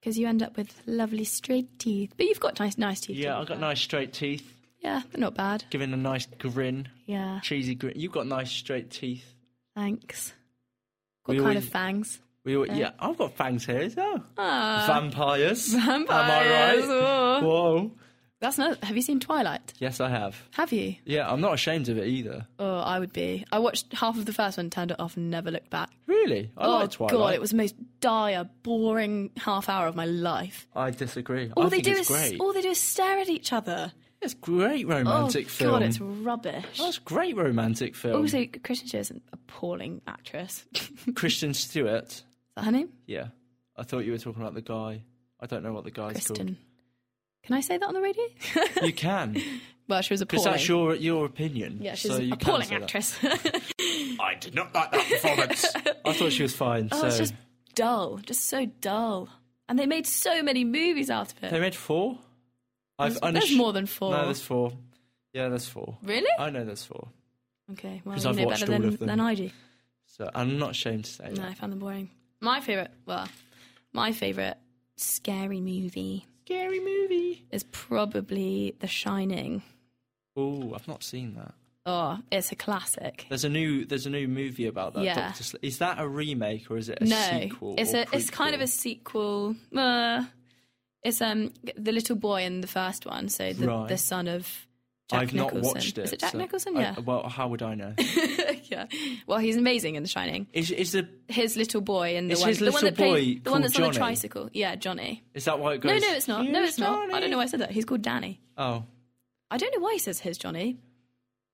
B: Because you end up with lovely straight teeth. But you've got nice, nice teeth.
A: Yeah, I
B: haven't
A: got
B: you?
A: nice straight teeth,
B: Yeah, they're not bad.
A: giving a nice grin.
B: Yeah,
A: cheesy grit. You've got nice straight teeth.
B: thanks. Got
A: We
B: kind
A: always-
B: of fangs.
A: We were, yeah, I've got fangs here as well. Vampires.
B: Ah. Vampires,
A: Am I right?
B: oh.
A: Whoa.
B: That's not. Have you seen Twilight?
A: Yes, I have.
B: Have you?
A: Yeah, I'm not ashamed of it either.
B: Oh, I would be. I watched half of the first one, turned it off, and never looked back.
A: Really? I
B: oh
A: like Twilight.
B: god, it was the most dire, boring half hour of my life.
A: I disagree.
B: All
A: I
B: they
A: think
B: do
A: it's
B: is
A: great.
B: all they do is stare at each other.
A: It's great
B: Oh
A: romantic film. Oh.
B: god, it's rubbish.
A: That's great romantic film.
B: Also, Kristen Stewart is an appalling actress. [LAUGHS] is
A: Christian Stewart.
B: that her name?
A: Yeah. I thought you were talking about the guy. I don't know what the guy's
B: Kristen. Can I say that on the
A: [LAUGHS]
B: radio?
A: called. You
B: [LAUGHS]
A: can.
B: well, she was appalling.
A: Because that's your, your opinion.
B: yeah, she's
A: so
B: an
A: you can
B: appalling
A: say that.
B: actress. [LAUGHS]
A: I did not like that performance. [LAUGHS] I thought she was fine.
B: Oh,
A: so
B: it's just dull, just so dull. And they made so many movies out of it.
A: They made four. I've
B: There's- there's more than four.
A: No, there's four. Yeah, there's four.
B: Really?
A: I know there's four.
B: okay, well,
A: 'Cause
B: you
A: I've
B: know
A: watched
B: better
A: all
B: than,
A: of them.
B: than I do.
A: So I'm not ashamed to say
B: No,
A: that.
B: I found them boring. My favourite, well, my favourite scary movie
A: Scary movie.
B: is probably The Shining.
A: Oh, I've not seen that.
B: Oh, it's a classic.
A: There's a new. There's a new movie about that.
B: Yeah.
A: Doctor Sl- is that a remake or is it a
B: no,
A: sequel?
B: it's
A: or
B: a it's kind of a
A: prequel?
B: sequel. Uh, it's um the little boy in the first one, so the,
A: Right.
B: the son of. Jack
A: I've not
B: Nicholson.
A: watched it.
B: Is it Jack
A: so
B: Nicholson?
A: I-
B: Yeah.
A: well, how would I know?
B: [LAUGHS] yeah. Well, he's amazing in The Shining.
A: is is the
B: his little boy and the
A: It's
B: one,
A: his
B: the one
A: little
B: that plays,
A: boy
B: the one
A: called
B: that's on
A: Johnny?
B: the tricycle. Yeah, Johnny.
A: is that why it
B: No,
A: goes?
B: no, it's not. No,
A: "Here's
B: it's not. I don't
A: Johnny."
B: know why I said that. He's called Danny.
A: Oh,
B: I don't know why he says his Johnny.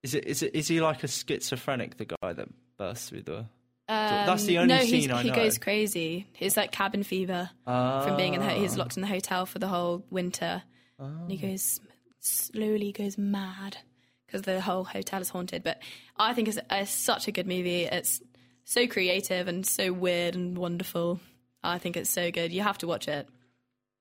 A: is it is it is he like a schizophrenic? The guy that bursts through the.
B: Um,
A: That's the only
B: no, he's-
A: scene I
B: he
A: know.
B: goes crazy. It's like cabin fever from being in the. Ho-
A: Ah.
B: he's locked in the hotel for the whole winter, and he goes slowly goes mad because the whole hotel is haunted. But I think it's, it's such a good movie. It's so creative and so weird and wonderful. I think it's so good. You have to watch it.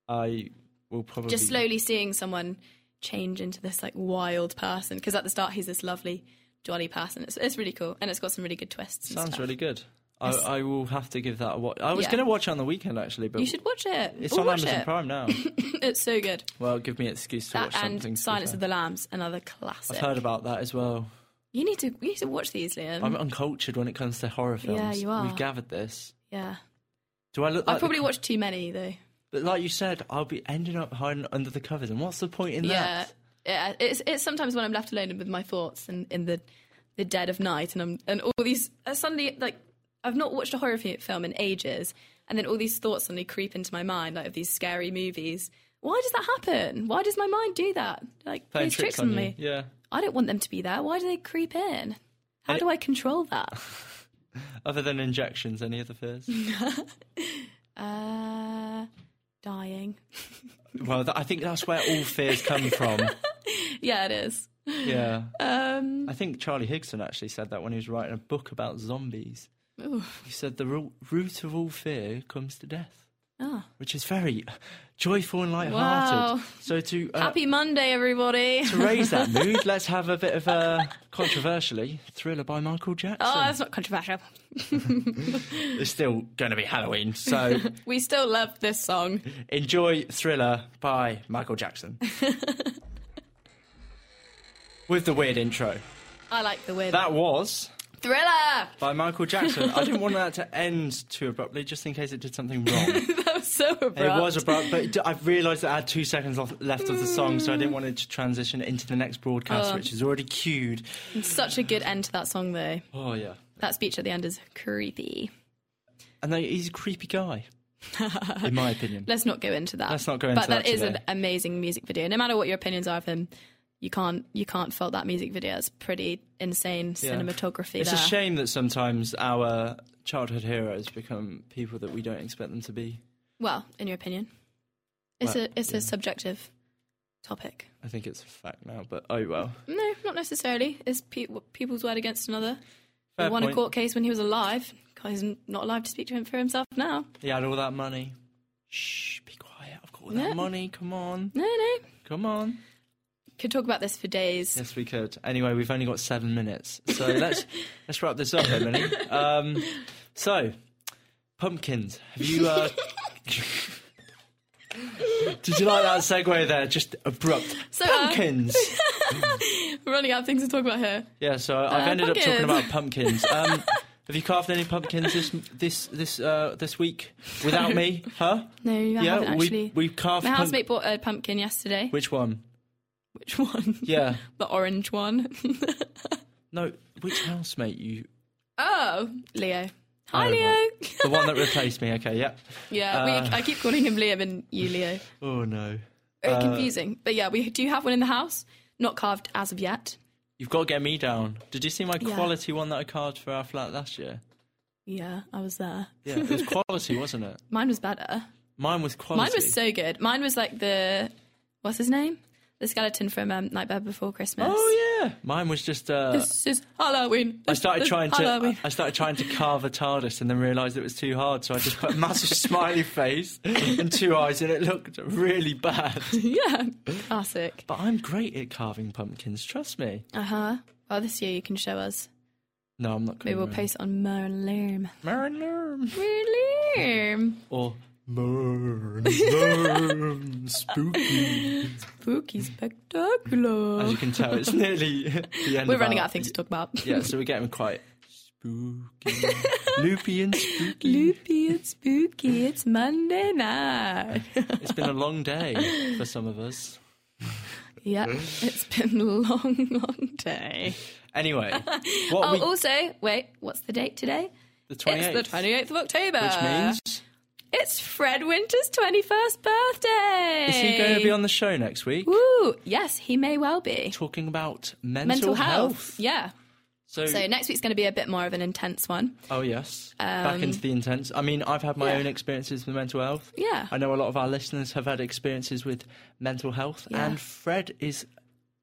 A: I will probably
B: just slowly seeing someone change into this like wild person because at the start he's this lovely jolly pass, and it's it's really cool, and it's got some really good twists. and
A: Sounds
B: stuff.
A: really good. I,
B: It's-
A: I will have to give that a watch. I was
B: Yeah.
A: going to watch it on the weekend actually, but
B: You should watch it.
A: it's
B: All
A: on
B: watch
A: Amazon
B: it.
A: Prime
B: [LAUGHS]
A: now.
B: It's so good.
A: well, give me an excuse to
B: That
A: watch something.
B: and
A: to be
B: Silence
A: fair.
B: of the Lambs, another
A: I've
B: classic.
A: heard about that as well.
B: you need to you need to watch these, Liam.
A: I'm uncultured when it comes to horror films.
B: Yeah, you are.
A: We've gathered this.
B: yeah,
A: Do I look? Like
B: I probably
A: the,
B: watched too many though.
A: But like you said, I'll be ending up hiding under the covers, and what's the point in
B: Yeah,
A: that?
B: yeah. It's it's sometimes when I'm left alone with my thoughts and in the the dead of night, and I'm and all these uh, suddenly like I've not watched a horror fi- film in ages, and then all these thoughts suddenly creep into my mind, like of these scary movies. Why does that happen? Why does my mind do that? Like
A: Playing
B: plays tricks,
A: tricks
B: on
A: you.
B: me.
A: Yeah.
B: I don't want them to be there. Why do they creep in? How
A: And-
B: do I control that? [LAUGHS]
A: Other than injections, any other fears?
B: Uh, dying. [LAUGHS]
A: well, that, I think that's where all fears come from.
B: [LAUGHS] Yeah, it is.
A: Yeah.
B: Um,
A: I think Charlie Higson actually said that when he was writing a book about zombies.
B: ooh,
A: He said the ro- root of all fear comes to death,
B: ah.
A: which is very joyful and light-hearted.
B: Wow.
A: So to uh,
B: Happy Monday, everybody.
A: [LAUGHS] to raise that mood, let's have a bit of a controversially thriller by Michael Jackson.
B: [LAUGHS] Oh, that's not controversial.
A: it's still going to be Halloween,
B: [LAUGHS]
A: so
B: We still love this song.
A: Enjoy Thriller by Michael
B: [LAUGHS]
A: Jackson. With the weird intro.
B: I like the weird
A: That was
B: thriller.
A: by Michael Jackson. I didn't want that to end too abruptly, just in case it did something wrong. it
B: That was so [LAUGHS] abrupt.
A: was abrupt, but d- I realised that I had two seconds off- left of the song, so I didn't want it to transition into the next broadcast,
B: Oh.
A: which is already queued.
B: such a good end to that song, though.
A: Oh, yeah.
B: That speech at the end is creepy.
A: And they, he's a creepy
B: [LAUGHS]
A: guy, in my opinion.
B: Let's not go into that.
A: Let's not go into
B: but
A: that
B: that is
A: today.
B: an amazing music video. No matter what your opinions are of him, you can't you can't fault that music video. It's pretty insane
A: Yeah.
B: cinematography.
A: It's
B: there.
A: a shame that sometimes our childhood heroes become people that we don't expect them to be.
B: Well, in your opinion, it's
A: Well,
B: a it's a subjective topic.
A: I think it's a fact now, but oh well.
B: No, not necessarily. It's pe- people's word against another.
A: Fair
B: he won
A: point.
B: a court case when he was alive. God, he's not alive to speak to him for himself now.
A: He had all that money. Shh, be quiet. I've got all
B: Yeah.
A: that money. Come on.
B: No, no.
A: Come on.
B: Could talk about this for days.
A: Yes, we could. Anyway, we've only got seven minutes.
B: [LAUGHS]
A: So let's let's wrap this up, Emily. Um, so, pumpkins. Have you. Uh, [LAUGHS] Did you like that segue there? Just abrupt.
B: So, uh, [LAUGHS]
A: pumpkins!
B: We're running out of things to talk about here.
A: Yeah, so I've
B: Uh,
A: ended up talking
B: pumpkins.
A: about pumpkins.
B: [LAUGHS]
A: Um, have you carved any pumpkins this this this uh, this week without me? Huh?
B: No, you
A: yeah,
B: haven't
A: we
B: actually.
A: we carved.
B: My
A: pump-
B: housemate bought a pumpkin yesterday.
A: Which one?
B: Which one?
A: Yeah.
B: [LAUGHS] the orange one. [LAUGHS]
A: No, which housemate you?
B: oh, Leo. Hi,
A: Oh,
B: Leo.
A: right. The one
B: [LAUGHS]
A: that replaced me. Okay, yeah.
B: yeah,
A: Uh,
B: we, I keep calling him Liam and you Leo.
A: Oh no.
B: Very
A: Uh,
B: confusing. But yeah, we do have one in the house. Not carved as of yet.
A: You've got to get me down. Did you see my
B: Yeah.
A: quality one that I carved for our flat last year?
B: Yeah, I was there.
A: Yeah, it was quality, wasn't it?
B: Mine was better.
A: Mine was quality.
B: Mine was so good. Mine was like the what's his name? The skeleton from um, Nightmare Before Christmas.
A: Oh yeah. Mine was just. Uh,
B: This is Halloween.
A: I
B: This
A: started
B: is
A: trying to
B: Halloween. [LAUGHS]
A: I started trying to carve a TARDIS and then realised it was too hard, so I just put a massive
B: [LAUGHS]
A: smiley face and two eyes, and it looked really bad. [LAUGHS]
B: yeah, classic.
A: But I'm great at carving pumpkins, trust me.
B: Uh huh. Well, this year you can show us.
A: No, I'm not.
B: Maybe we'll post it on Merlin Loom.
A: Marin Lerm.
B: Merlin
A: or Mern Lerm spooky.
B: Spooky spectacular.
A: As you can tell, it's nearly the end.
B: We're
A: of
B: running
A: our-
B: out of things to
A: [LAUGHS]
B: talk about.
A: Yeah, so we're getting quite
B: [LAUGHS]
A: spooky, loopy, and spooky.
B: Loopy and spooky. It's Monday night. [LAUGHS]
A: It's been a long day for some of us. [LAUGHS]
B: yeah, it's been a long, long day.
A: Anyway, what
B: [LAUGHS] Oh,
A: we
B: also, wait, what's the date today?
A: the twenty
B: It's
A: eighth.
B: the 28th of October.
A: Which means,
B: It's Fred Winter's 21st birthday.
A: is he going to be on the show next week
B: Woo! Yes, he may well be.
A: talking about mental,
B: Mental health.
A: health?
B: Yeah.
A: So,
B: So next week's going to be a bit more of an intense one.
A: oh yes, back into the intense. I mean, I've had my
B: um, yeah.
A: own experiences with mental health.
B: Yeah.
A: I know a lot of our listeners have had experiences with mental health,
B: Yeah.
A: and Fred is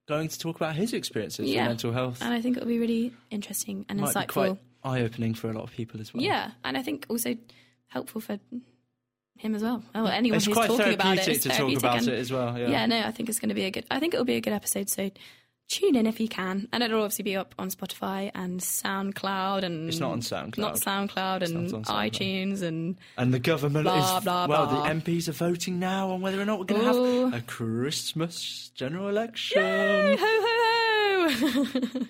A: going to talk about his experiences
B: Yeah.
A: with mental health.
B: And I think it'll be really interesting and
A: Might be
B: insightful.
A: quite eye opening for a lot of people as well.
B: Yeah. And I think also helpful for him as well. Oh, anyone
A: it's
B: who's
A: quite
B: talking
A: therapeutic
B: about it. It's
A: to talk
B: therapeutic
A: about
B: and-
A: it as well. Yeah.
B: Yeah, no, I think it's going to be a good. I think it'll be a good episode. So tune in if you can. And it'll obviously be up on Spotify and SoundCloud and
A: It's not on SoundCloud.
B: not SoundCloud and
A: not on SoundCloud.
B: iTunes and
A: and the government
B: Blah,
A: is
B: blah,
A: well.
B: blah.
A: The MPs are voting now on whether or not we're going to
B: Ooh.
A: have a Christmas general election.
B: Yay, ho [LAUGHS] ho ho.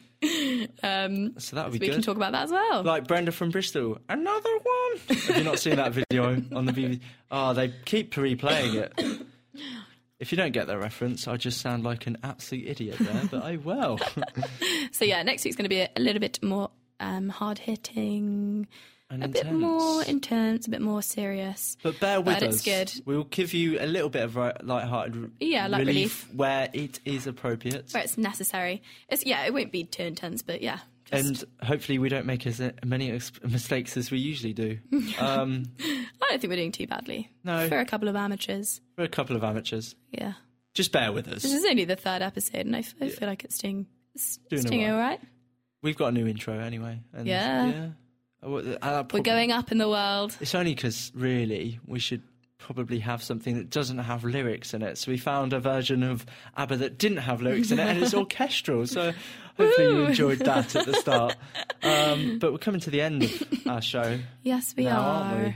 B: um,
A: So that would be
B: we
A: good.
B: can talk about that as well.
A: like Brenda from Bristol, another one. Have you not seen that video on the BBC? Oh, they keep replaying
B: [COUGHS]
A: it. If you don't get their reference, I just sound like an absolute idiot there, but I will.
B: so yeah, next week's going to be a, a little bit more um, hard hitting,
A: And
B: [LAUGHS] a bit more intense, a bit more serious.
A: But bear with
B: But
A: us.
B: it's good.
A: We will give you a little bit of ri- light-hearted r-
B: Yeah, light
A: where it is appropriate,
B: where it's necessary. It's yeah, it won't be too intense, but yeah, just,
A: and hopefully we don't make as uh, many ex- mistakes as we usually
B: [LAUGHS]
A: do. um,
B: I don't think we're doing too badly.
A: No.
B: for a couple of amateurs,
A: we're a couple of amateurs.
B: yeah.
A: Just bear with us.
B: This is only the third episode, and I, f- I feel like it's doing it's
A: Doing
B: doing
A: alright.
B: all right.
A: We've got a new intro anyway. And
B: Yeah.
A: yeah. uh, I wa- I- I
B: We're
A: prob-
B: going up in the world.
A: It's only because really we should probably have something that doesn't have lyrics in it. So we found a version of ABBA that didn't have lyrics in it, and
B: [LAUGHS]
A: it's orchestral. So hopefully you enjoyed that at the
B: [LAUGHS]
A: start. Um, but we're coming to the end of our show
B: Yes, we
A: now,
B: are.
A: aren't we?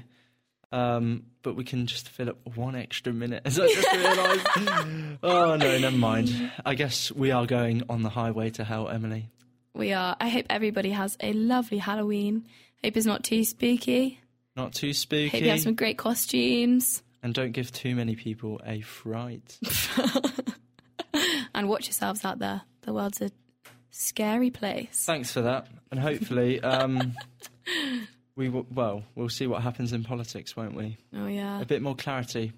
A: Um, but we can just fill up one extra minute. As I just
B: [LAUGHS]
A: realised. oh no, never mind. I guess we are going on the highway to hell, Emily.
B: We are. I hope everybody has a lovely Halloween. Hope it's not too spooky.
A: Not too
B: Hope
A: spooky.
B: you have some great costumes.
A: And don't give too many people a fright.
B: [LAUGHS] And watch yourselves out there. The world's a scary place.
A: Thanks for that. And hopefully,
B: [LAUGHS]
A: um, we w- well, we'll see what happens in politics, won't we?
B: Oh, yeah.
A: A bit more clarity.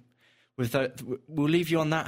A: With tho- we'll leave you on that